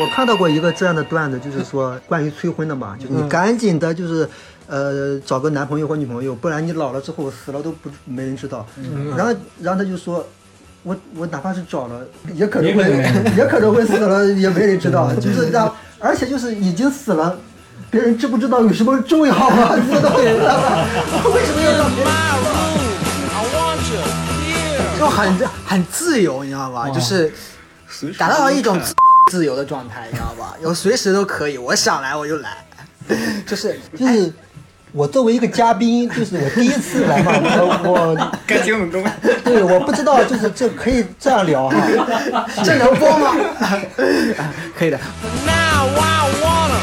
我看到过一个这样的段子，就 是说关于催婚的嗯嘛，就是你赶紧的，就是呃找个男朋友或女朋友，不然你老了之后死了都不没人知道。嗯然后然后他就说。我我哪怕是找了，也可能会也可能没 也可能会 死了，也没人知道。嗯就是让，而且就是已经死了，别人知不知道有什么重要吗？ 知道人了，为什么要让别人 My room, I want you here. 就很很自由，你知道吧？就是达到了一种自自由的状态，你知道吧？有随时都可以，我想来我就来， 就是哎就是我作为一个嘉宾，就是我第一次来 嘛，我我该听的都对我不知道，就是这可以这样聊哈。 这能播吗？可以的， But now I wanna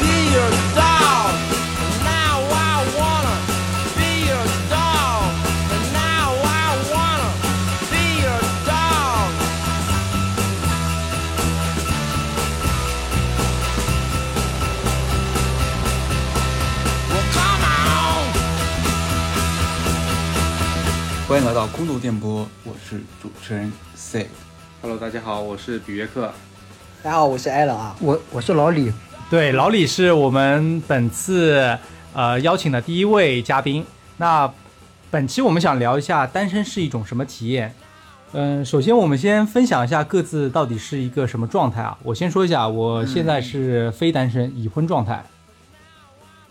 be your dog. But now I wanna be your dog. But now I wanna be your dog. 欢迎来到孤独电波，我是主持人 C。 Hello，大家好，我是比约克。 大家好，我是艾伦啊。我我是老李，对，老李是我们本次呃邀请的第一位嘉宾。那本期我们想聊一下单身是一种什么体验。嗯、首先我们先分享一下各自到底是一个什么状态啊。我先说一下，我现在是非单身，已婚状态，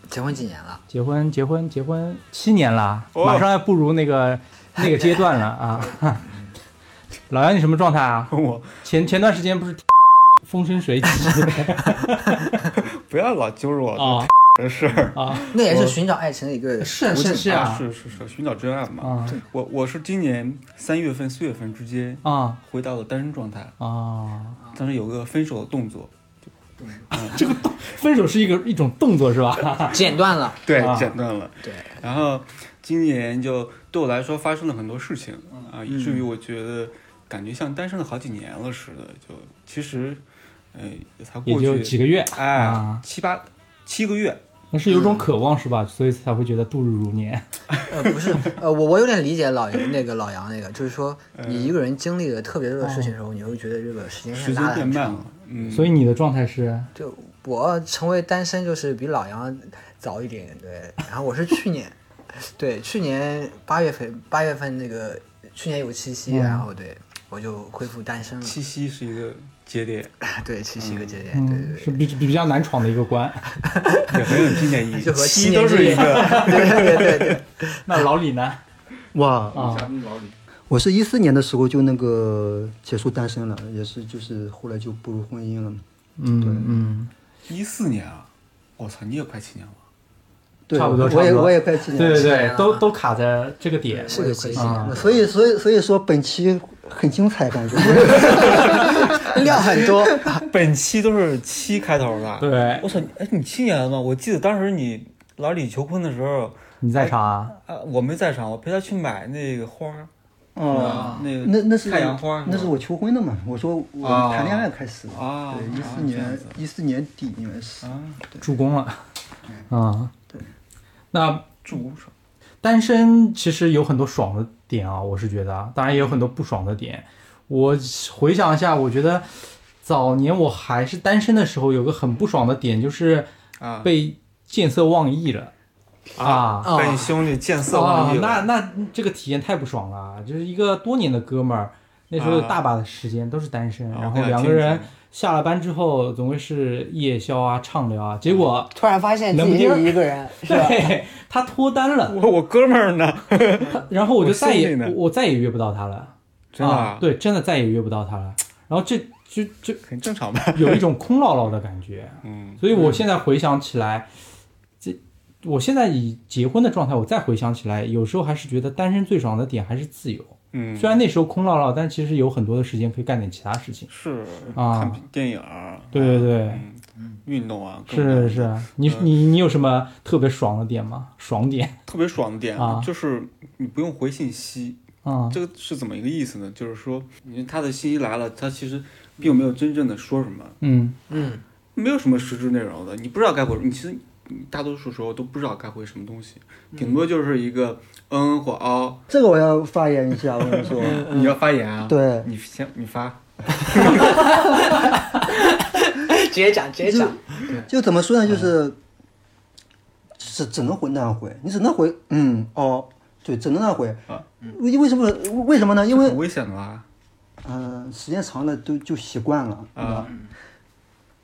结婚几年了？结婚结婚结婚七年了，哦马上要步入那个那个阶段了啊。老杨，你什么状态啊？我前前段时间不是风生水起不要老揪着我啊的事儿。啊那也是寻找爱情的一个是途径是是啊是是是，寻找真爱嘛。啊我我是今年三月份、四月份直接啊回到了单身状态，啊！当时有个分手的动作，分手是一个一种动作 是吧？剪断了。对，啊剪断了。对，然后今年就对我来说发生了很多事情嗯啊，以至于我觉得感觉像单身了好几年了似的。就其实，呃，也才也过就几去个月，哎啊七八七个月，那是有种渴望是吧？所以才会觉得度日如年。呃，不是，呃，我我有点理解老那个老杨那个，就是说你一个人经历了特别多的事情的时候，你会觉得这个时间时线间拉得变很慢长。了。嗯，所以你的状态是就我成为单身就是比老杨早一点，对。然后我是去 年，对，去年八月份，八月份那个去年有七夕，然后对我就恢复单身了。七夕是一个节点， 对，七夕和节点，对嗯对是对。比比比较难闯的一个 关。也很有纪念 意义。就和七七年都之是一恋个 对对对，那老李呢？ 哇，啊，我是一四年的时候就那个结束单身了，也是就是后来就步入婚姻了。嗯嗯，一四年啊，我操，你也快七年了。对，差不多差我不也多我也快七对年了。啊对是这对样，都都卡在这个点。是个七夕，啊所以所以所以说本期很精彩，感觉。 料很多。 本期都是七开头的。对我操，哎，你七年了吗？我记得当时你老李求婚的时候，你在场啊？啊，我没在场，我陪他去买那个花儿，哦，那个那那是太阳花吗，那是我求婚的嘛。我说我啊谈恋爱开始的，啊对，一啊四这样年子一四年底应该是。啊，助攻了。啊，那助手单身其实有很多爽的点啊，我是觉得啊，当然也有很多不爽的点。我回想一下，我觉得早年我还是单身的时候，有个很不爽的点就是啊，被见色忘义了啊。啊被你兄弟见色忘义哦那了，那这个体验太不爽了，啊就是一个多年的哥们儿，那时候有啊大把的时间都是单身，啊然我后想两个听人听下了班之后总归是夜宵啊、畅聊啊，结果突然发现自己是一个人，是吧？ 对他脱单了，我我哥们儿呢？然后我就我再也兄弟呢我我再也约不到他了，真的啊啊，对，真的再也约不到他了，然后这就就很正常吧？有一种空落落的感 觉，嗯，所以我现在回想起来，这我现在以结婚的状态，我再回想起来，有时候还是觉得单身最爽的点还是自由。嗯，虽然那时候空落落，但其实有很多的时间可以干点其他事情。是啊看电影儿，对对对，嗯，运动啊，各种各样是的是，你嗯你你有什么特别爽的点吗？爽点特别爽的点啊就是你不用回信息，啊这个是怎么一个意思呢？就是说，你他的信息来了，他其实并没有真正的说什么，嗯嗯，没有什么实质内容的，你不知道该回，你其实你大多数时候都不知道该回什么东西，嗯顶多就是一个嗯或哦。这个我要发言一下，我跟你说，嗯你要发言啊？对你先你发。直接讲，直接讲。就怎么说呢？就是只只能回那样回，你只能回嗯哦，对，只能那样回啊。为为什么为什么呢？因为很危险的啊啦。嗯、时间长了都就习惯了啊。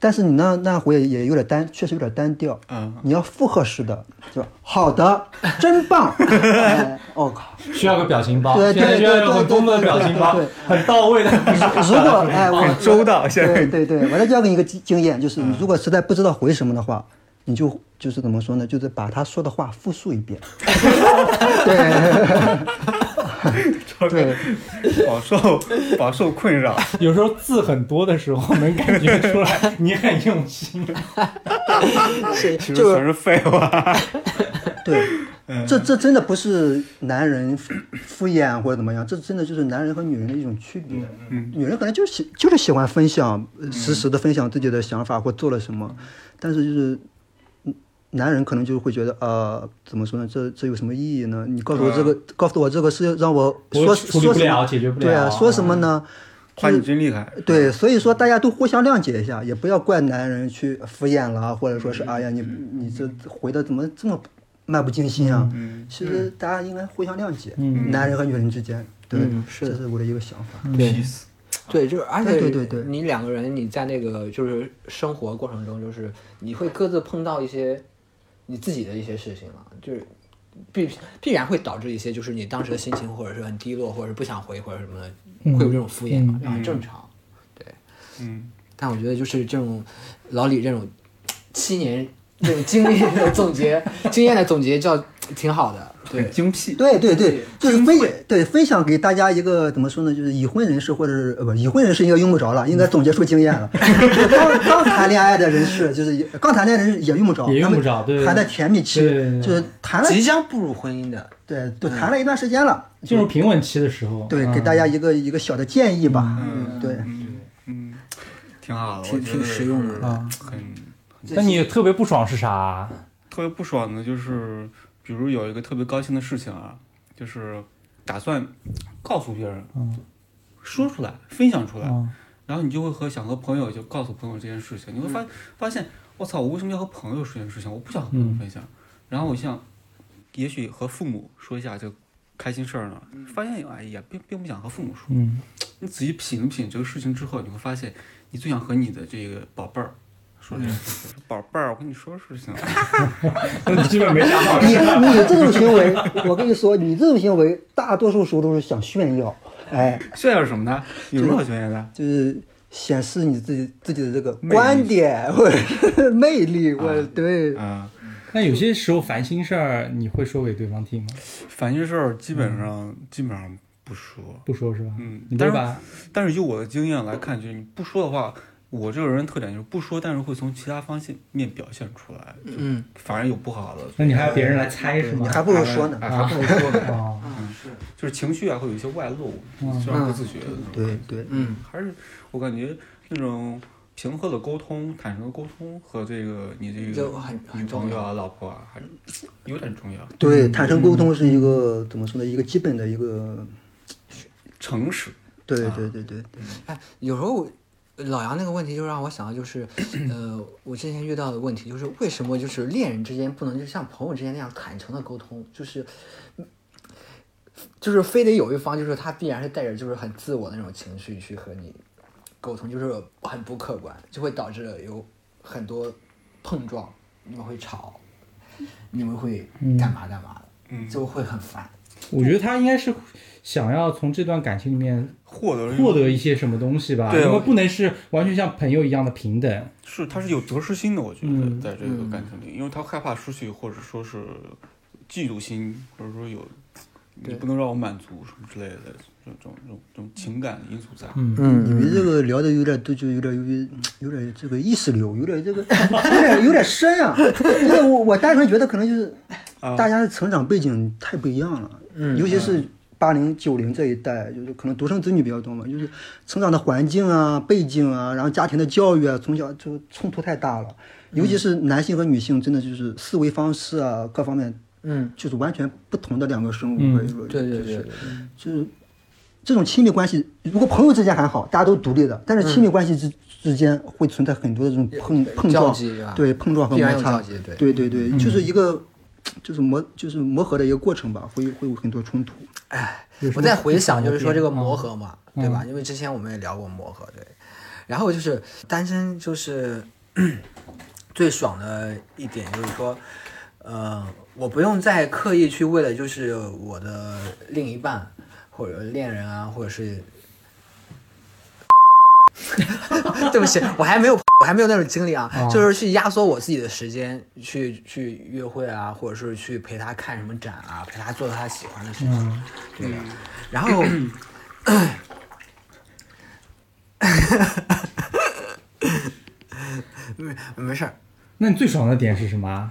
但是你那那样回也有点单，确实有点单调。嗯，你要复合式的，就好的， 真 棒。哎我靠！需要个表情包，对现在对需要对有对很多么的表情包对，很到位的。如 果哎，我很周到现在嗯对对对，我再教给你一个经经验，就是你如果实在不知道回什么的话，你就就是怎么说呢？就是把他说的话复述一 遍。对，对，饱受饱受困 扰。有时候字很多的时候，能感觉出来你很用心。是其实就全是废话。对，嗯这这真的不是男人敷敷衍啊或者怎么样，这真的就是男人和女人的一种区别。嗯女人可能就喜就是喜欢分享，呃实时的分享自己的想法或做了什么，但是就是。嗯男人可能就会觉得，呃，怎么说呢？这这有什么意义呢？你告诉我这个，告诉我这个是让我我说处理说嗯不什了么？解决不对啊，了嗯说什么呢？夸你真厉害。对，所以说大家都互相谅解一下，也不要怪男人去敷衍了，或者说嗯是哎呀，你你这回的怎么这么漫不经心嗯啊？其实大家应该互相谅解，男人和女人之间，对，嗯是这是我的一个想法。嗯对对，就是而且对对对你两个人你在那个就是生活过程中，就是你会各自碰到一些你自己的一些事情了，就是必必然会导致一些就是你当时的心情或者是很低落，或者是不想回或者什么的，会有这种敷衍嘛，嗯这很正常。对，嗯，但我觉得就是这种老李这种七年这种经历的总结，经验的总结叫挺好的。对很，精辟。对对对，就是分对分享给大家一个怎么说呢？就是已婚人士或者是呃不已婚人士应该用不着了，应该总结出经验 了。就刚刚谈恋爱的人士，就是也刚谈恋爱的人士也用不着，也用他们不着对还在甜蜜期对对对，就是谈了即将步入婚姻的，对对谈了一段时间了。 进入平稳期的时候，对，给嗯大家一个一个小的建议吧。嗯对，嗯嗯，挺好的，挺我觉得挺实用的嗯啊很那你特别不爽是啥？特别不爽的就是，比如有一个特别高兴的事情啊，就是打算告诉别人，嗯说出来，分享出来，嗯然后你就会和想和朋友就告诉朋友这件事情，你会嗯发、发现，我操，我为什么要和朋友说这件事情？我不想和朋友嗯分享。然后我想，也许和父母说一下这个开心事儿呢，发现哎呀，并并不想和父母说。嗯，你仔细品一品这个事情之后，你会发现，你最想和你的这个宝贝儿说这个事嗯情。宝贝儿，我跟你说事情，基本没啥好。你你这种行为，我跟你说，你这种行为，大多数时候都是想炫耀，哎，炫耀什么呢？有什么好炫耀的？就是显示你自己自己的这个观点或者是魅力，或者对，啊， 那有些时候烦心事儿，你会说给对方听吗？烦心事儿基本上基本上不说，嗯不说是吧？嗯你但对是吧？但是就我的经验来看，就是你不说的话，我这个人特点就是不说，但是会从其他方面表现出来，嗯，反而有不好的。那你还要别人来哎猜是对你吧？还不如说呢。哎还不如说呢，哦，就是情绪啊会有一些外露，嗯虽然不自觉的。对对，嗯，还是我感觉那种平和的沟通、坦诚的沟通和这个嗯你这就个很女很重朋友要。啊、老婆啊，还是有点重要。对，坦诚沟嗯通是一个怎么说呢？一个基本的一个，诚实，对对对对，哎，有时候我老杨那个问题就让我想到，就是呃，我之前遇到的问题就是为什么就是恋人之间不能就像朋友之间那样坦诚的沟通，就是。就是非得有一方，就是他必然是带着就是很自我的那种情绪去和你沟通，就是很不客观，就会导致有很多碰撞，你们会吵，你们会干嘛干嘛的，嗯就会很烦。我觉得他应该是想要从这段感情里面获得获得一些什么东西吧，对因为我不能是完全像朋友一样的平等。是他是有得失心的，我觉嗯得在这个感情里，因为他害怕失去，或者说是嫉妒心，或者说有你对不能让我满足什么之类的这种这种这种情感因素在。嗯，你们这个聊的有点，都就有点有点有点这个意识流，有点这个有点有点深啊。因为我我单纯觉得可能就是啊大家的成长背景太不一样了，嗯，尤其是八零九零这一代，就是可能独生子女比较多嘛，就是成长的环境啊、背景啊，然后家庭的教育啊，从小就冲突太大了，尤其是男性和女性，真的就是思维方式啊各方面，嗯，就是完全不同的两个生物，嗯可以说对对就是对，就是这种亲密关系，如果朋友之间还好，大家都独立的，但是亲密关系之、之间会存在嗯很多的这种碰碰交撞集对吧，对碰撞和必然摩有擦交集，对对对对就是一个就是磨就是磨合的一个过程吧，会会有很多冲突。哎我在回想，就是说这个磨合嘛，对吧？因为之前我们也聊过磨合，对。然后就是单身，就是最爽的一点就是说，呃，我不用再刻意去为了就是我的另一半或者恋人啊，或者是， 对不起，我还没有。我还没有那种经历啊，就是去压缩我自己的时间，去去约会啊，或者是去陪他看什么展啊，陪他做他喜欢的事情。对的。啊然后， 没没事儿那你最爽的点是什么？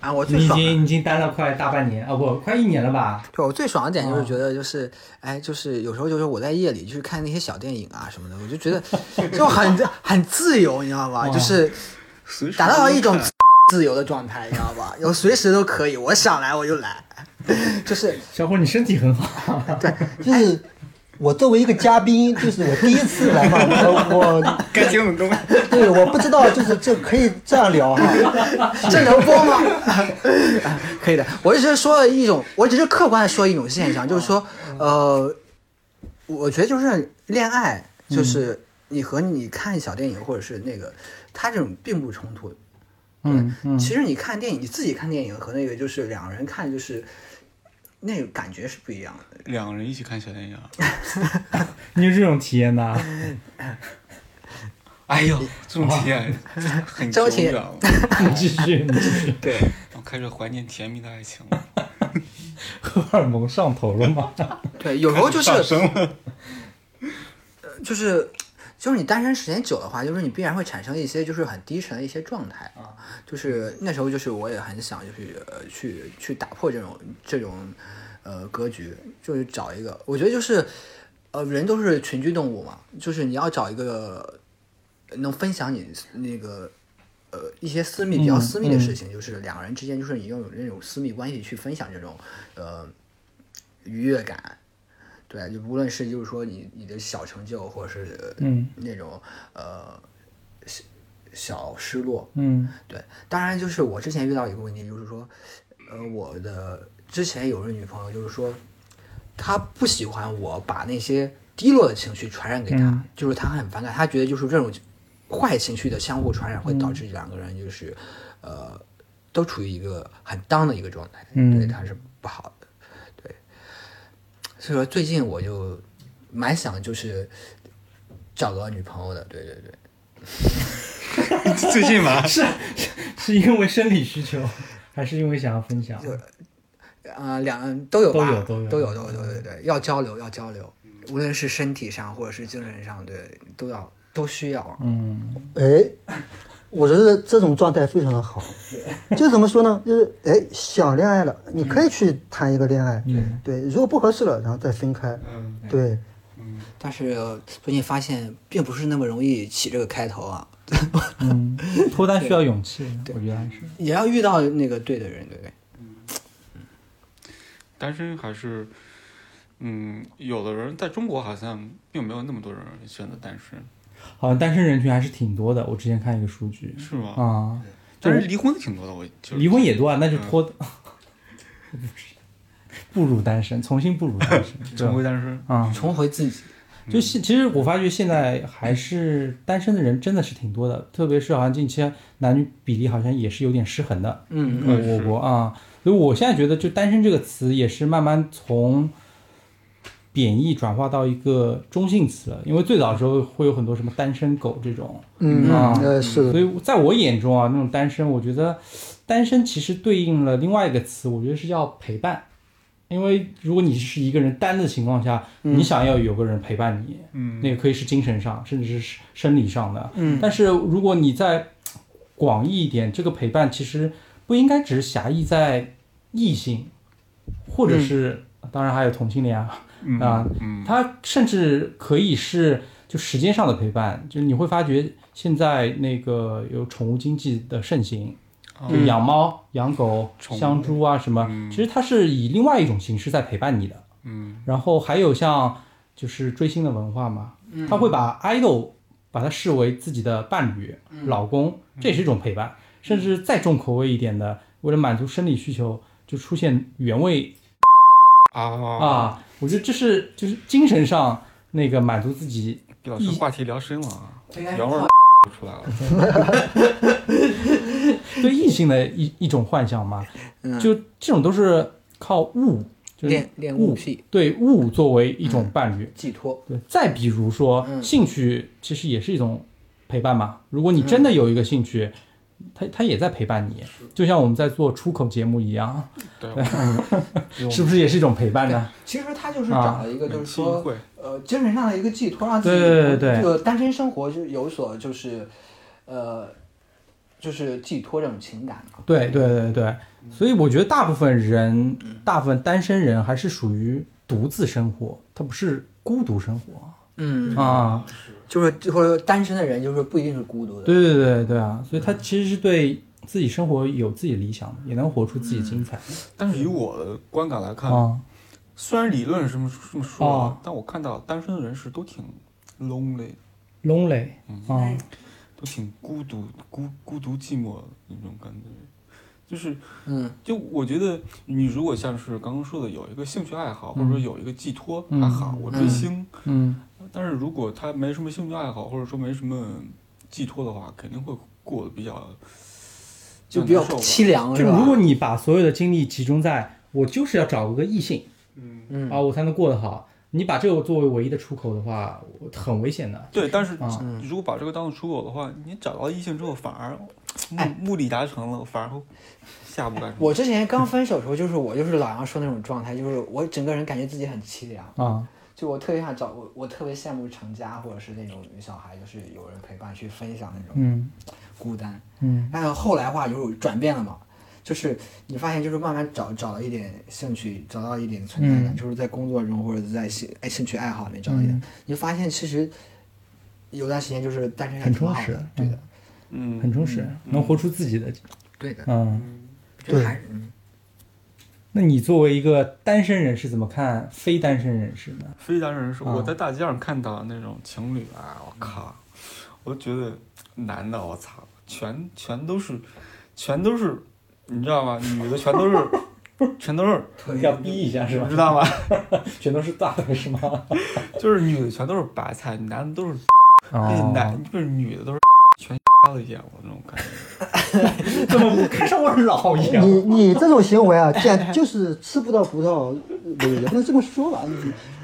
啊，我最你已爽经的，你已经单了快大半年啊，不，快一年了吧？对我最爽的点哦就是觉得就是，哎，就是有时候就是我在夜里去看那些小电影啊什么的，我就觉得就很 很自由，你知道吧？就是随时达到都了能一 种看自由的状态，你知道吧？有随时都可以，我想来我就来， 就是小伙，你身体很好。 哎就是我作为一个嘉宾，就是我第一次来嘛，我我该听的东西。对我不知道，就是这可以这样聊哈。 这能播吗？啊可以的，我只是说了一种，我只是客观的说一种现象，就是说，呃，我觉得就是恋爱，嗯就是你和你看小电影或者是那个，它这种并不冲突。嗯嗯其实你看电影，你自己看电影和那个就是两个人看，就是那个感觉是不一样的。两个人一起看小电影啊，你有这种体验呐？哎呦，这种体验很这久种体验远了，你 继续，你继续，对，我开始怀念甜蜜的爱情了。 荷尔蒙上头了吗？对，有时候就是上升了，就是就是你单身时间久的话，就是你必然会产生一些就是很低沉的一些状态啊。就是那时候就是我也很想就是呃去去打破这种这种呃格局，就是找一个，我觉得就是呃人都是群居动物嘛，就是你要找一个能分享你那个。呃，一些私密比较私密的事情，就是两个人之间，就是你拥有那种私密关系去分享这种，呃，愉悦感，对，就无论是就是说你你的小成就，或者是嗯那种、呃小小失落，嗯对，当然就是我之前遇到一个问题，就是说，呃，我的之前有个女朋友，就是说，她不喜欢我把那些低落的情绪传染给她，嗯就是她很反感，她觉得就是这种坏情绪的相互传染会嗯导致两个人就是，呃，都处于一个很 down 的一个状态，嗯对她是不好的，对，所以说最近我就蛮想就是找个女朋友的，对对对。最近嘛，是 是因为生理需求，还是因为想要分享？啊、两两都有吧，都有都有都有，都有，对对对，要交流，要交流，无论是身体上或者是精神上，对，都要都需要。嗯，哎，我觉得这种状态非常的好。就怎么说呢？就是哎，想恋爱了，你可以去谈一个恋爱。嗯对，如果不合适了，然后再分开。嗯，对，但是呃最近发现，并不是那么容易起这个开头啊，嗯，脱单需要勇气，我觉得还是。也要遇到那个对的人，对不对？单身还是，嗯，有的人在中国好像并没有那么多人选择单身，好像单身人群还是挺多的，我之前看一个数据是吗？啊，但是离婚的挺多的，我就是离婚也多啊，那就脱， 步入单身， 重新步入单身，对重归单身。啊，重回自己，就现其实我发觉现在还是单身的人真的是挺多的，特别是好像近期男女比例好像也是有点失衡的，嗯呃我国啊，所以我现在觉得就单身这个词也是慢慢从贬义转化到一个中性词了，因为最早的时候会有很多什么单身狗这种，嗯，啊呃，是的所，以在我眼中啊，那种单身，我觉得单身其实对应了另外一个词，我觉得是叫陪伴。因为如果你是一个人单的情况下，你想要有个人陪伴你，嗯，那个可以是精神上，甚至是生理上的。嗯但是如果你再广义一点，这个陪伴其实不应该只是狭义在异性，或者是、当然还有同性恋啊，嗯啊嗯，它甚至可以是就时间上的陪伴，就是你会发觉现在那个有宠物经济的盛行，就养猫、养狗、哦宠物香猪啊什么，嗯其实它是以另外一种形式在陪伴你的。嗯然后还有像就是追星的文化嘛，他会把 idol 把它视为自己的伴侣、嗯老公，这也是一种陪伴。甚至再重口味一点的，为了满足生理需求，就出现原味啊啊，我觉得这是就是精神上那个满足自己。毕老师话题聊深了啊，原味儿就出来了。对异性的一一种幻想嘛，嗯就这种都是靠物，就是恋恋物物癖对物作为一种伴侣。寄托，对，再比如说嗯兴趣，其实也是一种陪伴嘛。如果你真嗯的有一个兴趣，它它也在陪伴你，就像我们在做出口节目一样，对， 是不是也是一种陪伴呢？其实他啊就是找了一个，就是说，呃，精神上的一个寄托，让自己对对对对这个单身生活就有所就是，呃，就是寄托这种情感嘛。对对对对，所以我觉得大部分人，嗯大部分单身人还是属于独自生活，他不是孤独生活嗯，啊。就是或者单身的人就是不一定是孤独的。对对对对啊，所以他其实是对自己生活有自己理想的，也能活出自己精彩但是以我的观感来看，啊。虽然理论是这么这么说啊，哦但我看到单身的人是都挺 lonely， lonely 啊，都挺孤独、孤孤独、寂寞的那种感觉。就是，嗯，就我觉得你如果像是刚刚说的，有一个兴趣爱好，或嗯者说有一个寄托，嗯还好，我追星。嗯但是如果他没什么兴趣爱好，或者说没什么寄托的话，肯定会过得比较就比较难受吧凄凉，就是吧？如果你把所有的精力集中在我就是要找个异性嗯啊，我才能过得好，你把这个作为唯一的出口的话，我很危险的。对，但是啊如果把这个当做出口的话，你找到异性之后，反而目哎目的达成了，反而会下不干什么。我之前刚分手的时候，就是我就是老杨说那种状态，就是我整个人感觉自己很凄凉，啊，就我特别想找我，我特别羡慕成家或者是那种小孩，就是有人陪伴去分享那种嗯孤单。嗯但是后来话就是转变了嘛，就是你发现就是慢慢找找到一点兴趣，找到一点存在感，嗯就是在工作中或者在兴哎兴趣爱好里面找到一点，你发现其实有段时间就是单身还挺好很充的实，对的，嗯，很充实，能活出自己的。对的，嗯，这还是嗯那你作为一个单身人士，怎么看非单身人士呢？非单身人士，啊我在大街上看到那种情侣啊，我靠，我都觉得男的，我操，全全都是，全都是，你知道吗？女的全都是，全都是，要逼一下是你吧知？道吗？ 全都是大腿是吗？就是女的全都是白菜，男的都是，那男不是女的都是 全了一点，我那种感觉。怎么不看上我老你？你这种行为啊，简就是吃不到葡萄，不对，也不能这么说吧，你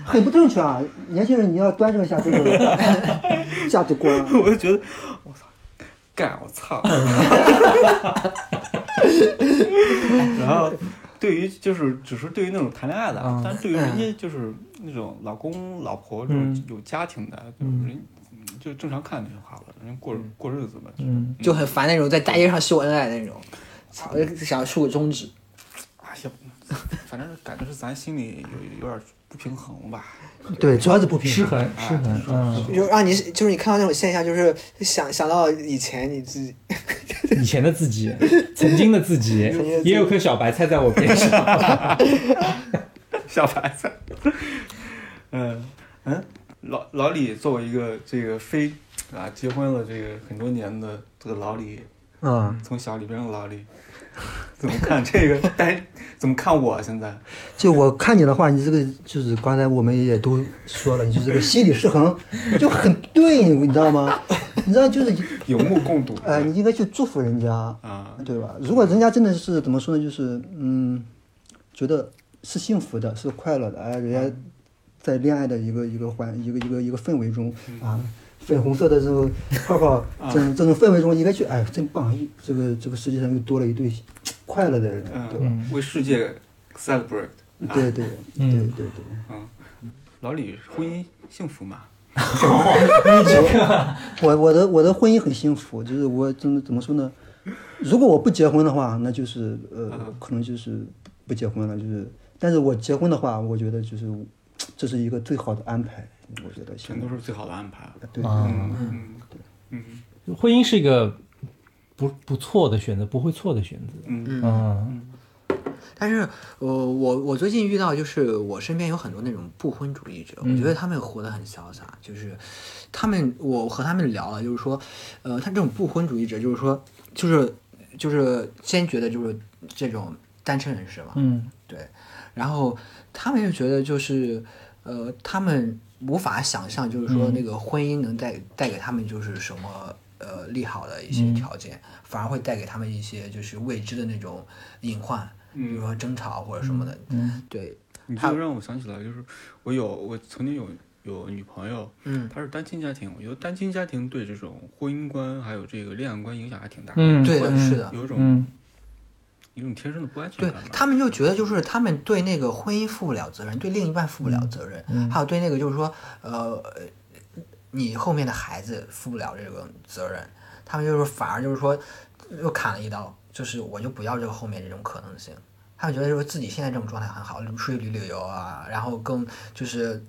很不正确啊！年轻人，你要端正一下这个价值观啊。我就觉得，我操，干，我操。 然后，对于就是只是对于那种谈恋爱的啊嗯，但是对于人家就是那种老公老婆这嗯种有家庭的，就是嗯人就正常看就好了，人家过过日子嘛。嗯，就很烦那种在大街上秀恩爱那种，操，想竖个中指。哎呀，反正感觉是咱心里有有点不平衡 吧。对，主要是不平失衡失衡，嗯，就让你就是你看到那种现象，就是想想到以前你自己， 以前的自己，曾经的自己，也有颗小白菜在我边上。小白菜。嗯嗯，老老李作为一个这个非啊结婚了这个很多年的这个老李，啊、从小里边的老李，怎么看这个单？怎么看我现在？就我看你的话，你这个就是刚才我们也都说了，你就是个心理失衡，就很对，你知道吗？你知道就是，有目共睹。哎呃，你应该去祝福人家，啊，对吧？如果人家真的是怎么说呢，就是嗯，觉得是幸福的，是快乐的，哎，人家在恋爱的一个一个环一个一个一个氛围中嗯啊，粉红色的这种泡泡，啊这种这种氛围中，应该去，哎，真棒！一这个这个世界上又多了一对快乐的人，对吧？嗯，为世界 celebrate。嗯啊嗯对对对对对对。老李婚姻幸福吗？我 我的我的婚姻很幸福，就是我怎么怎么说呢？如果我不结婚的话，那就是呃，可能就是不结婚了，就是。但是我结婚的话，我觉得就是这是一个最好的安排，我觉得现全在都是最好的安排。对，嗯嗯 婚姻是一个不不错的选择，不会错的选择。嗯嗯，但是，呃，我我最近遇到就是我身边有很多那种不婚主义者，我觉得他们活得很潇洒，就是他们我和他们聊了，就是说，呃，他这种不婚主义者就是说，就是就是先觉得就是这种单身人士嘛，嗯对，然后他们就觉得就是，呃，他们无法想象，就是嗯说那个婚姻能带带给他们就是什么呃利好的一嗯些条件，反而会带给他们一些就是未知的那种隐患，比如说争吵或者什么的。嗯对，你这个让我想起来，就是我有我曾经有有女朋友，嗯，她是单亲家庭，我觉得单亲家庭对这种婚姻观还有这个恋爱观影响还挺大的，嗯，对的，嗯是的。有一种嗯有一种天生的不安全对感吧。他们就觉得，就是他们对那个婚姻负不了责任，对另一半负不了责任，还有对那个就是说，呃，呃你后面的孩子负不了这个责任，他们就是反而就是说，又砍了一刀，就是我就不要这个后面这种可能性。他们觉得就是自己现在这种状态很好，出去旅旅游啊，然后更就是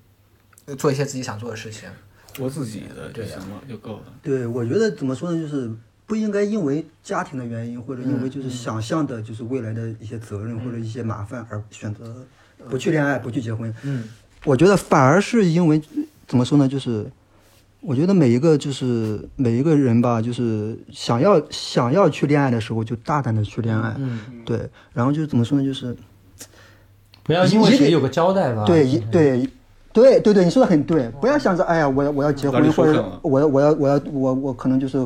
呃做一些自己想做的事情。做自己的就对行的了，就够了。对，我觉得怎么说呢，就是不应该因为家庭的原因，或者因为嗯就是想象的，就是未来的一些责任或者一些麻烦而选择呃不去恋爱、不去结婚。嗯，我觉得反而是因为怎么说呢，就是我觉得每一个就是每一个人吧，就是想要想要去恋爱的时候，就大胆的去恋爱。嗯对，然后就是怎么说呢，就是不要因为谁有个交代吧。嗯对一对。对对对，你说的很对，不要想着哎呀，我要我要结哪里婚，说或上者了我要我要我要我我可能就是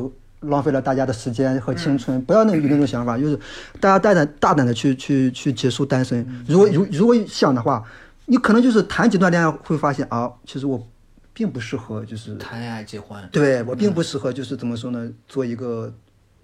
浪费了大家的时间和青春，不要那有那种想法，就是大家大胆大胆的去去去结束单身。如果如如果想的话，你可能就是谈几段恋爱会发现啊，其实我并不适合，就是谈恋爱、结婚，嗯对我并不适合，就是怎么说呢，做一个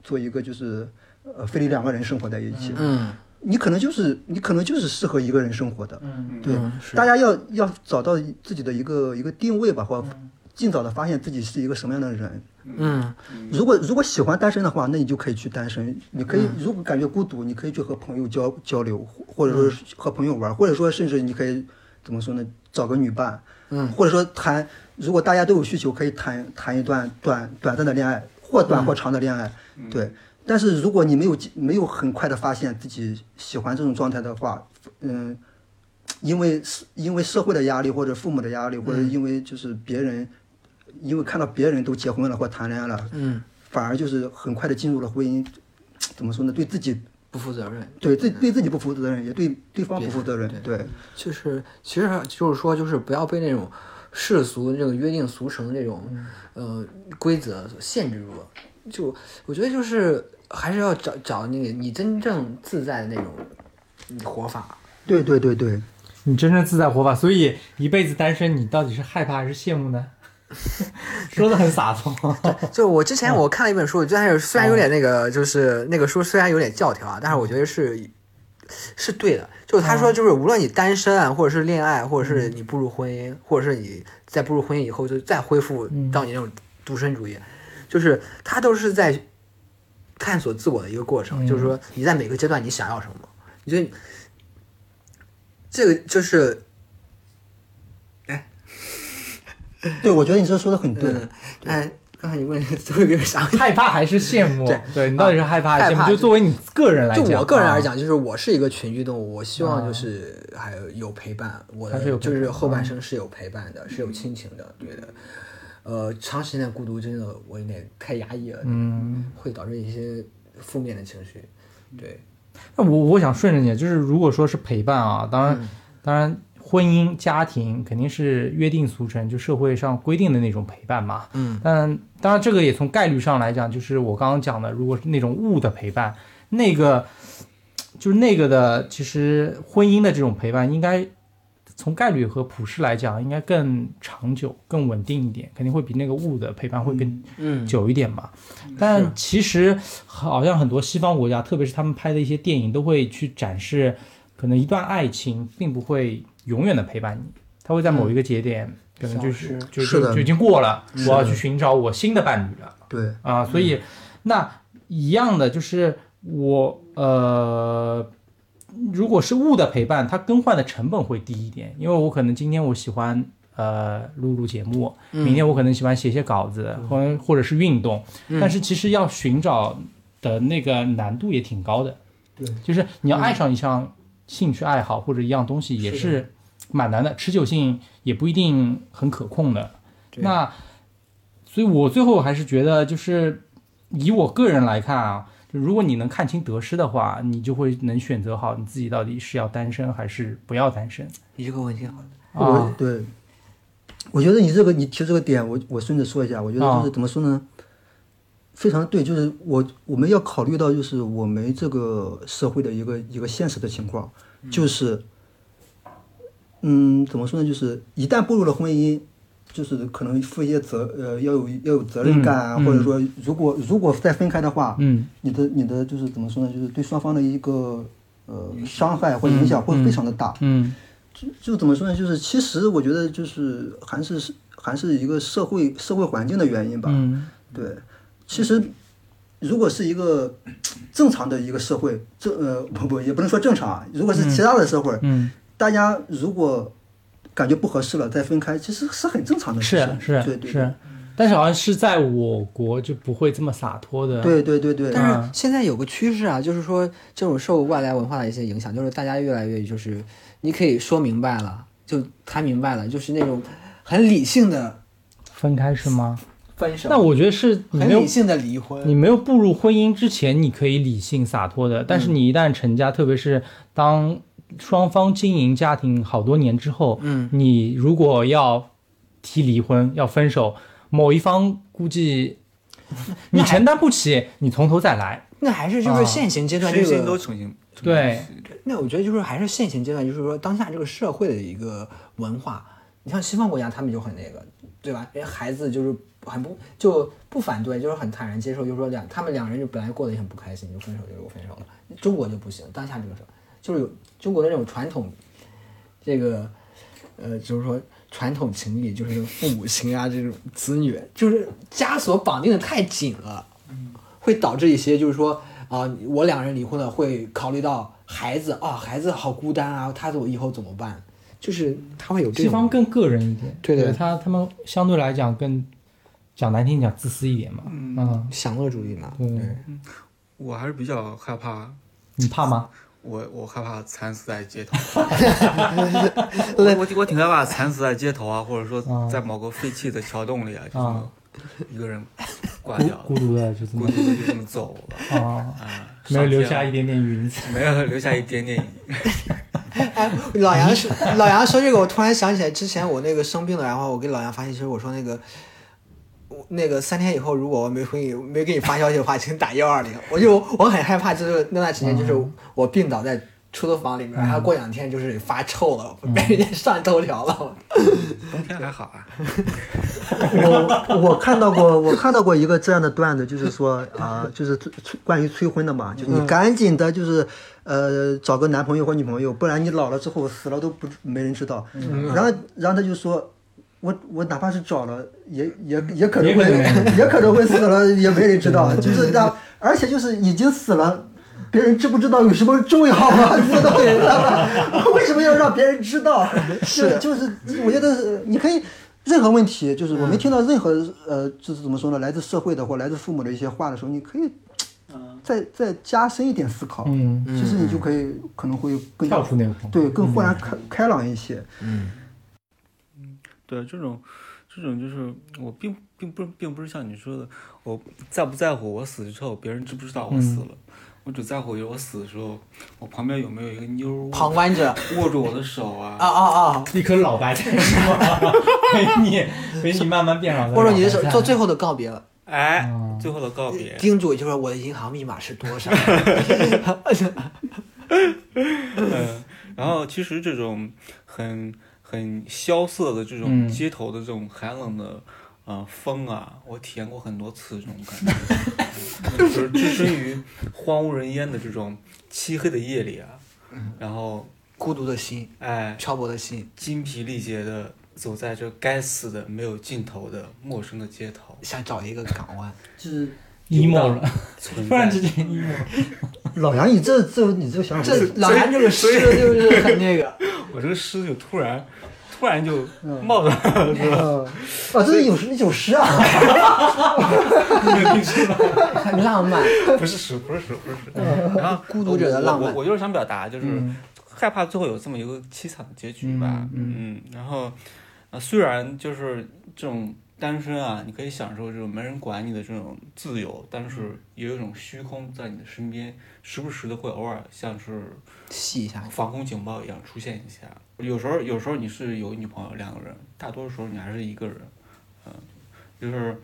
做一个就是呃，非得两个人生活在一起。嗯，你可能就是你可能就是适合一个人生活的，嗯对，大家要要找到自己的一个一个定位吧，或者嗯尽早的发现自己是一个什么样的人。嗯，如果如果喜欢单身的话，那你就可以去单身。你可以如果感觉孤独，你可以去和朋友交交流，或或者说是和朋友玩，或者说甚至你可以怎么说呢，找个女伴，嗯，或者说谈，如果大家都有需求，可以谈谈一段短短暂的恋爱，或短或长的恋爱，对。但是如果你没有没有很快的发现自己喜欢这种状态的话，嗯，因为因为社会的压力，或者父母的压力，或者因为就是别人，因为看到别人都结婚了或谈恋爱了，嗯，反而就是很快的进入了婚姻，怎么说呢？对自己不负责任。对自对自己不负责任，也对对方不负责任，对就是其实就是说，就是不要被那种世俗这个约定俗成的这种、呃规则所限制住了。就我觉得就是还是要找找那个你真正自在的那种嗯活法。对对对对， 你真正自在活法，所以一辈子单身，你到底是害怕还是羡慕呢？ 说的很洒脱。就我之前我看了一本书，就但是虽然有点那个，就是那个书虽然有点教条啊，但是我觉得是是对的。就是他说，就是无论你单身啊，或者是恋爱，或者是你步入婚姻，或者是你在步入婚姻以后就再恢复到你那种独身主义，就是他都是在探索自我的一个过程。就是说你在每个阶段你想要什么，你就这个就是对我觉得你这说的很对，嗯，哎，刚才你问最后一个是啥？害怕还是羡慕？对你到底是害怕还是羡慕？害怕就作为你个人来就讲，我个人来啊，讲，就是我是一个群居动物，我希望就是还有有陪伴，我还是有的陪就伴嗯是后半生是有陪伴的，是有亲情的，对的。呃，长时间的孤独真的我有点太压抑了，嗯，会导致一些负面的情绪。对，那我我想顺着你，就是如果说是陪伴啊，嗯当然，当然，婚姻家庭肯定是约定俗成，就社会上规定的那种陪伴嘛。嗯，但当然这个也从概率上来讲，就是我刚刚讲的，如果是那种物的陪伴，那个就是那个的，其实婚姻的这种陪伴应该。从概率和普适来讲，应该更长久、更稳定一点，肯定会比那个物的陪伴会更嗯久一点嘛。但其实好像很多西方国家，特别是他们拍的一些电影，都会去展示，可能一段爱情并不会永远的陪伴你，它会在某一个节点，可能就是嗯消嗯就是就的就已经过了，是我要的去寻找我新的伴侣了对啊。所以那一样的就是我呃。如果是物的陪伴，它更换的成本会低一点，因为我可能今天我喜欢呃录录节目，嗯嗯明天我可能喜欢写写稿子，或、或者是运动，嗯但是其实要寻找的那个难度也挺高的，对，就是你要爱上一项兴趣爱好或者一样东西也是蛮难的，持久性也不一定很可控的。对那所以，我最后还是觉得，就是以我个人来看啊，就如果你能看清得失的话，你就会能选择好你自己到底是要单身还是不要单身你这个问题好，我啊。对，我觉得你这个你提这个点，我我顺着说一下，我觉得就啊是怎么说呢，非常对，就是我我们要考虑到就是我们这个社会的一个一个现实的情况，就是，嗯，怎么说呢，就是一旦步入了婚姻。就是可能负一些责，呃，要有要有责任感啊，嗯嗯或者说，如果如果再分开的话，嗯你的你的就是怎么说呢，就是对双方的一个呃伤害或影响会非常的大。嗯就就怎么说呢？就是其实我觉得就是还是还是一个社会社会环境的原因吧。嗯对，其实如果是一个正常的一个社会，正呃不不也不能说正常啊，如果是其他的社会，嗯，大家如果感觉不合适了再分开，其实是很正嗯常的事是啊情。对是对是，但是好像是在我国就不会这么洒脱的。对对对对，嗯但是现在有个趋势啊，就是说这种受外来文化的一些影响，就是大家越来越就是你可以说明白了，就谈明白了，就是那种很理性的分开是吗？分手，那我觉得是你很没有理性的离婚，你没有步入婚姻之前，你可以理性洒脱的，但是你一旦成家，特别是当双方经营家庭好多年之后，嗯，你如果要提离婚、要分手，某一方估计你承担不起，你从头再来。那还是就啊是现行阶段这身心都个，成型。成对型那我觉得就是还是现行阶段，就是说当下这个社会的一个文化，你像西方国家他们就很那个，对吧？人家孩子就是很不就不反对，就是很坦然接受，就是说两他们两人就本来过得也很不开心，就分手就分手了。中国就不行，当下这个时候就是有中国的这种传统，这个呃，就是说传统情谊，就是父母情啊，这种子女就是枷锁绑定的太紧了。会导致一些就是说啊、我两人离婚了，会考虑到孩子啊、孩子好孤单啊，他我以后怎么办？就是他会有这西方种，更个人一点，对对他他们相对来讲更讲难听讲自私一点嘛。嗯，享乐主义嘛。对对，我还是比较害怕，你怕吗？我我害怕惨死 在街头。 我我我挺害怕惨死在街头啊，或者说在某个废弃的桥洞里啊，就这么一个人挂孤掉了，孤独的就这孤么独的就这么走了。啊，啊，没有留上街下了一点点云彩。没有留下一点点哎， 老杨是老杨说这个，我突然想起来之前我那个生病了，然后我给老杨发信息，我说那个。我那个三天以后，如果我没回你没给你发消息的话， 请打幺二零。我就我很害怕，就是那段时间，就是嗯我病倒在出租房里面，然后过两天就是发臭了，嗯被人家上头条 了。冬天还好啊，我我看到过，我看到过一个这样的段子，就是说啊、就是催催关于催婚的嘛，就是你赶紧的，就是呃，找个男朋友或女朋友，不然你老了之后死了都不没人知道。然后，然后他就说。我我哪怕是找了，也也也可能会也可能也可能会死了，也没人知道。就是让，而且就是已经死了，别人知不知道有什么重要 吗？知道吗？为什么要让别人知道？是就是，我觉得是你可以任何问题，就是嗯我没听到任何呃，就是怎么说呢，来自社会的或来自父母的一些话的时候，你可以再再加深一点思考。嗯，其实你就可以可能会更加跳出那个框。嗯对更豁然开开朗一些。对这种，这种就是我并并不并不是像你说的，我在不在乎我死之后别人知不知道我死了，我只在乎我死的时候，我旁边有没有一个妞儿旁握观者，握住我的手啊， 啊啊啊！一颗老白菜是吗？ 陪你陪你慢慢变老的。握住你的手， 做最后的告别了。哎，最后的告别。叮嘱就是我的银行密码是多 少？ 嗯，然后其实这种很很萧瑟的这种嗯街头的这种寒冷的。呃，风啊，我体验过很多次这种感觉，就是置身于荒无人烟的这种漆黑的夜里啊，然后孤独的心，哎，漂泊的心，筋疲力竭的走在这该死的没有尽头的陌生的街头，想找一个港湾。就是丢 emo 到 了，存突然在之间 emo 了。老杨，你这这你这个想法这老谭这个诗就是很那个，我这个诗就突然，突然就冒出来了，呃啊，这是有一首诗啊。 很浪漫。不是诗，不是诗，不是诗。然嗯后孤独者的浪漫我我我就是想表达，就是害怕最后有这么一个凄惨的结局吧。嗯，然后呃，虽然就是这种单身啊，你可以享受这种没人管你的这种自由，但是也有一种虚空在你的身边，时不时的会偶尔像是细一下，防空警报一样出现一下。有时候，有时候你是有女朋友两个人，大多数时候你还是一个人，嗯，就是，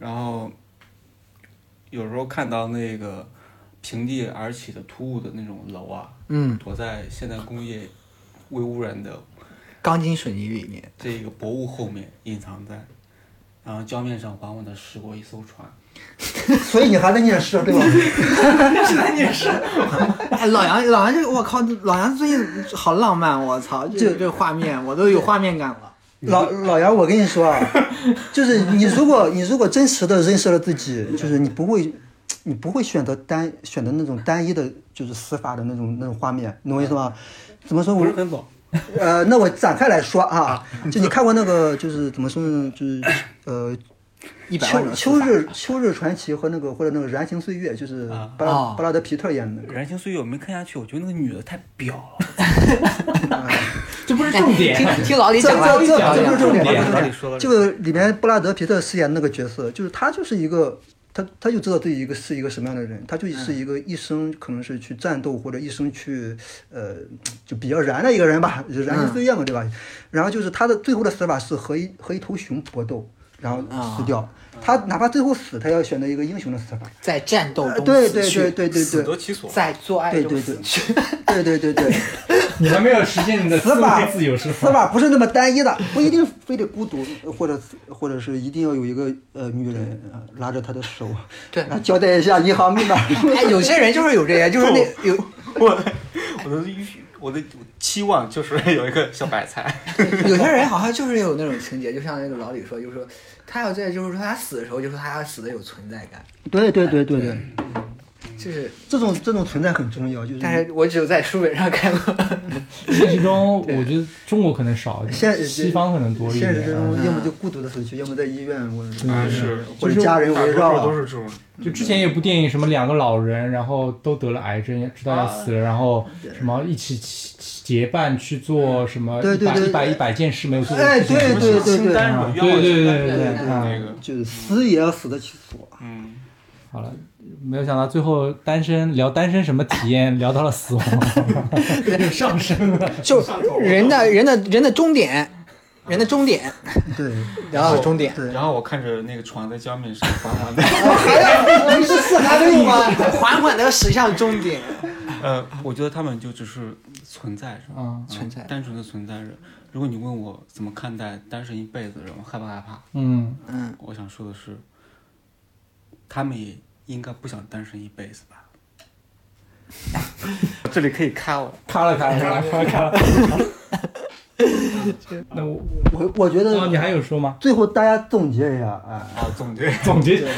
然后有时候看到那个平地而起的突兀的那种楼啊，嗯，躲在现代工业微污染的钢筋水泥里面，这个薄雾后面隐藏在，然后江面上缓缓的驶过一艘船，所以你还在念诗对吧？哎，老杨，老杨这个，我靠，老杨最近好浪漫，我操，这这画面我都有画面感了。老老杨，我跟你说啊，就是你如果你如果真实的认识了自己，就是你不会，你不会选择单选择那种单一的，就是死法的那种那种画面，你懂我意思吗？怎么说我？不是很早，呃，那我展开来说啊，就你看过那个就是怎么说呢，就是呃。一百万秋秋种说法日秋日传奇和那个或者那个燃情岁月，就是布拉、啊布拉德皮特演的那个燃情岁月我没看下去，我觉得那个女的太婊了。这不是重点。哎听听老李这讲这完，这讲这不是重讲点，讲不是说重点。到这就里面布拉德皮特饰演那个角色，就是他就是一个，他他就知道自己一个是一个什么样的人，他嗯就是一个一生可能是去战斗或者一生去呃就比较燃的一个人吧，就燃嗯心岁月嘛，对吧？然后就是他的最后的死法是和一和一头熊搏斗，然后啊死掉。他哪怕最后死，他要选择一个英雄的死法。在战斗呃中对死对去对对对对得其所在做爱对中对死对去。对对对对。你还没有实现你的死思法维自由是死法不是那么单一的，不一定非得孤独，或者或者是一定要有一个呃女人、呃拉着他的手，对然后交代一下银行密码。 哎，有些人就是有这个，就是那有我我的预我的期望就是有一个小白菜，有些人好像就是有那种情节，就像那个老李说，就是说他要在，就是说他死的时候，就说他要死的有存在感，对对对对对，就是。这种这种存在很重要，就是但是我只有在书本上看过，现实中，我觉得中国可能少一现点，西方可能多一现点实啊。中要么就孤独的死去，要么在医院或者嗯啊是，或者家人围大绕啊多。数都是这种，嗯就之前有部电影，什么两个老人，然后都得了癌症，知道要死了，然后什么一起起起结伴去做什么对一对百对一百一百件事没有做过的哎事情。对对对啊清单对，啊什么对愿望对清单对对对对那个就是死也要死得其所。嗯，好了，没有想到最后单身聊单身什么体验，聊到了死亡，上升了。 就人的人的人的终点，人的终点，对聊到了终点，对，然后我看着那个船在江面上 缓缓的，哦你这是还没有吗？ 缓缓的驶向终点。呃，我觉得他们就只是存在着，嗯存在单纯的存在着。如果你问我怎么看待单身一辈子的人，我害不害怕？嗯，嗯，我想说的是，他们也应该不想单身一辈子吧。这里可以卡我，卡了卡了卡了卡了卡了。那我我我觉哦，你还得有说吗？最后大家总结一下啊。哎啊，总 结总结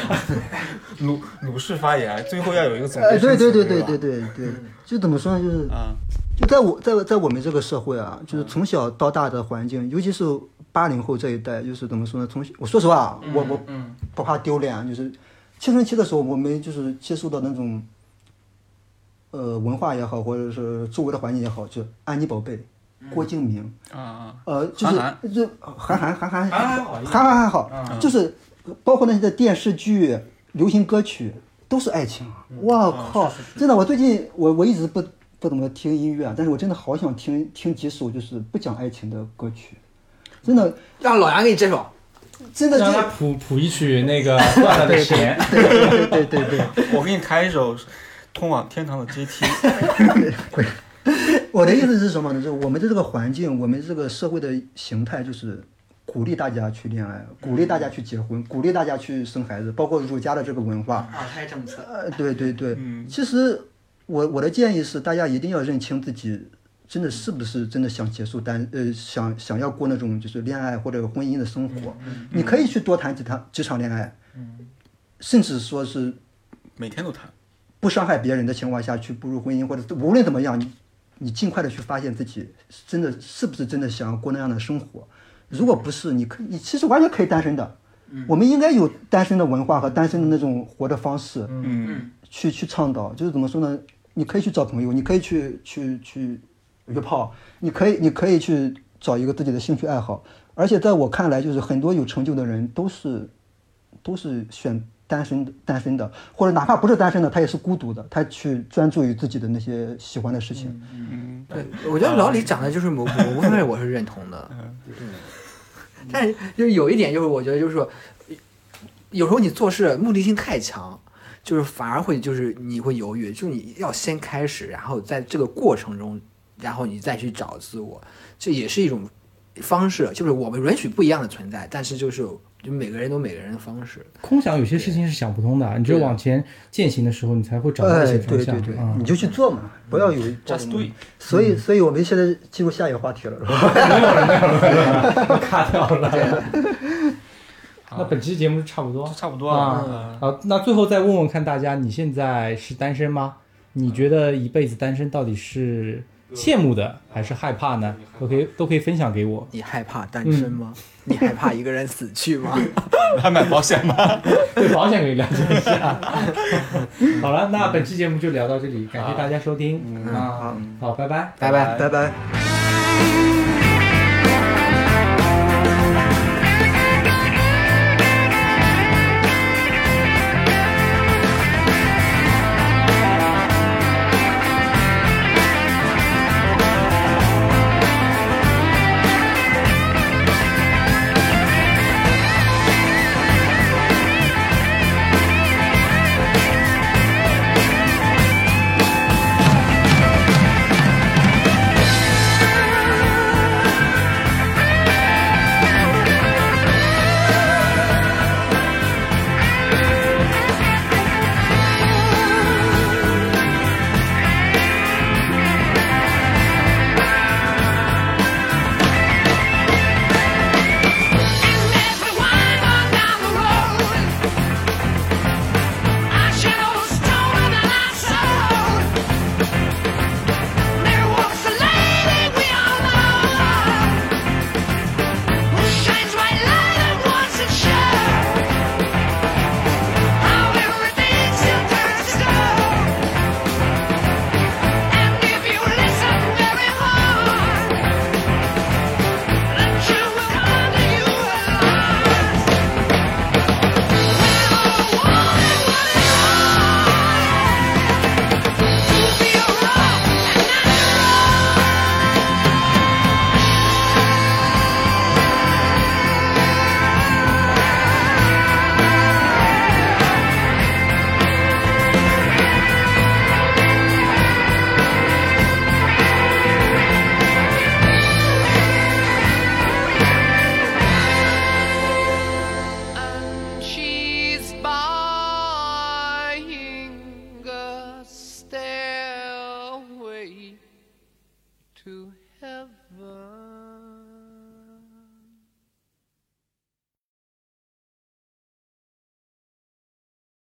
鲁鲁氏发言，最后要有一个总哎，结生词。对对对对对对吧，对对，就怎么说呢？就是啊，就在我在在我们这个社会啊，就是从小到大的环境，尤其是八零后这一代，就是怎么说呢？从我说实话啊，我我不怕丢脸啊，就是青春期的时候，我们就是接触到那种，呃，文化也好，或者是周围的环境也好，就安妮宝贝、郭敬明，啊啊， 呃，就是韩就韩寒嗯韩韩寒寒好韩一点寒还好，就是包括那些的电视剧、流行歌曲都是爱情。我靠，真的，我最近我我一直不不怎么听音乐啊，但是我真的好想听听几首就是不讲爱情的歌曲，真的让老杨给你这首，真的让就他谱谱一曲那个断了的弦，对 对对对对我给你开一首《通往天堂的阶梯》对， 我的意思是什么呢？就是我们的这个环境，我们这个社会的形态就是。鼓励大家去恋爱，鼓励大家去结婚，鼓励大家去生孩子，包括儒家的这个文化，二胎政策。呃，对对对，其实我我的建议是，大家一定要认清自己真的是不是真的想结束单呃想想要过那种就是恋爱或者婚姻的生活，你可以去多谈几谈几场恋爱，甚至说是每天都谈。不伤害别人的情况下去步入婚姻，或者是无论怎么样，你你尽快的去发现自己真的是不是真的想要过那样的生活。如果不是，你可以你其实完全可以单身的。我们应该有单身的文化和单身的那种活的方式，嗯去去倡导，就是怎么说呢？你可以去找朋友，你可以去去去约炮，你可以你可以去找一个自己的兴趣爱好，而且在我看来，就是很多有成就的人都是都是选单身的单身的，或者哪怕不是单身的，他也是孤独的，他去专注于自己的那些喜欢的事情。嗯对，我觉得老李讲的就是某某部分我是认同的，但是就是有一点就是我觉得就是说，有时候你做事目的性太强，就是反而会就是你会犹豫，就你要先开始，然后在这个过程中，然后你再去找自我，这也是一种方式，就是我们允许不一样的存在，但是就是就每个人都每个人的方式，空想有些事情是想不通的，你只有往前践行的时候，你才会找到一些哎，方对向对对，啊你。就去做嘛，不要有这嗯 Just do 种 it。嗯所以，所以我们现在进入下一个话题了，是吧？卡掉了。那本期节目就差不多哦就差不多啊了。啊。那最后再问问看大家，你现在是单身吗？你觉得一辈子单身到底是羡慕的还是害怕呢？都可以都可以分享给我。你害怕单身吗？你害怕一个人死去吗？嗯 还买保险吗？对保险可以了解一下。好了，那本期节目嗯就聊到这里，感谢大家收听啊，好，拜拜。拜拜。拜拜。 Thank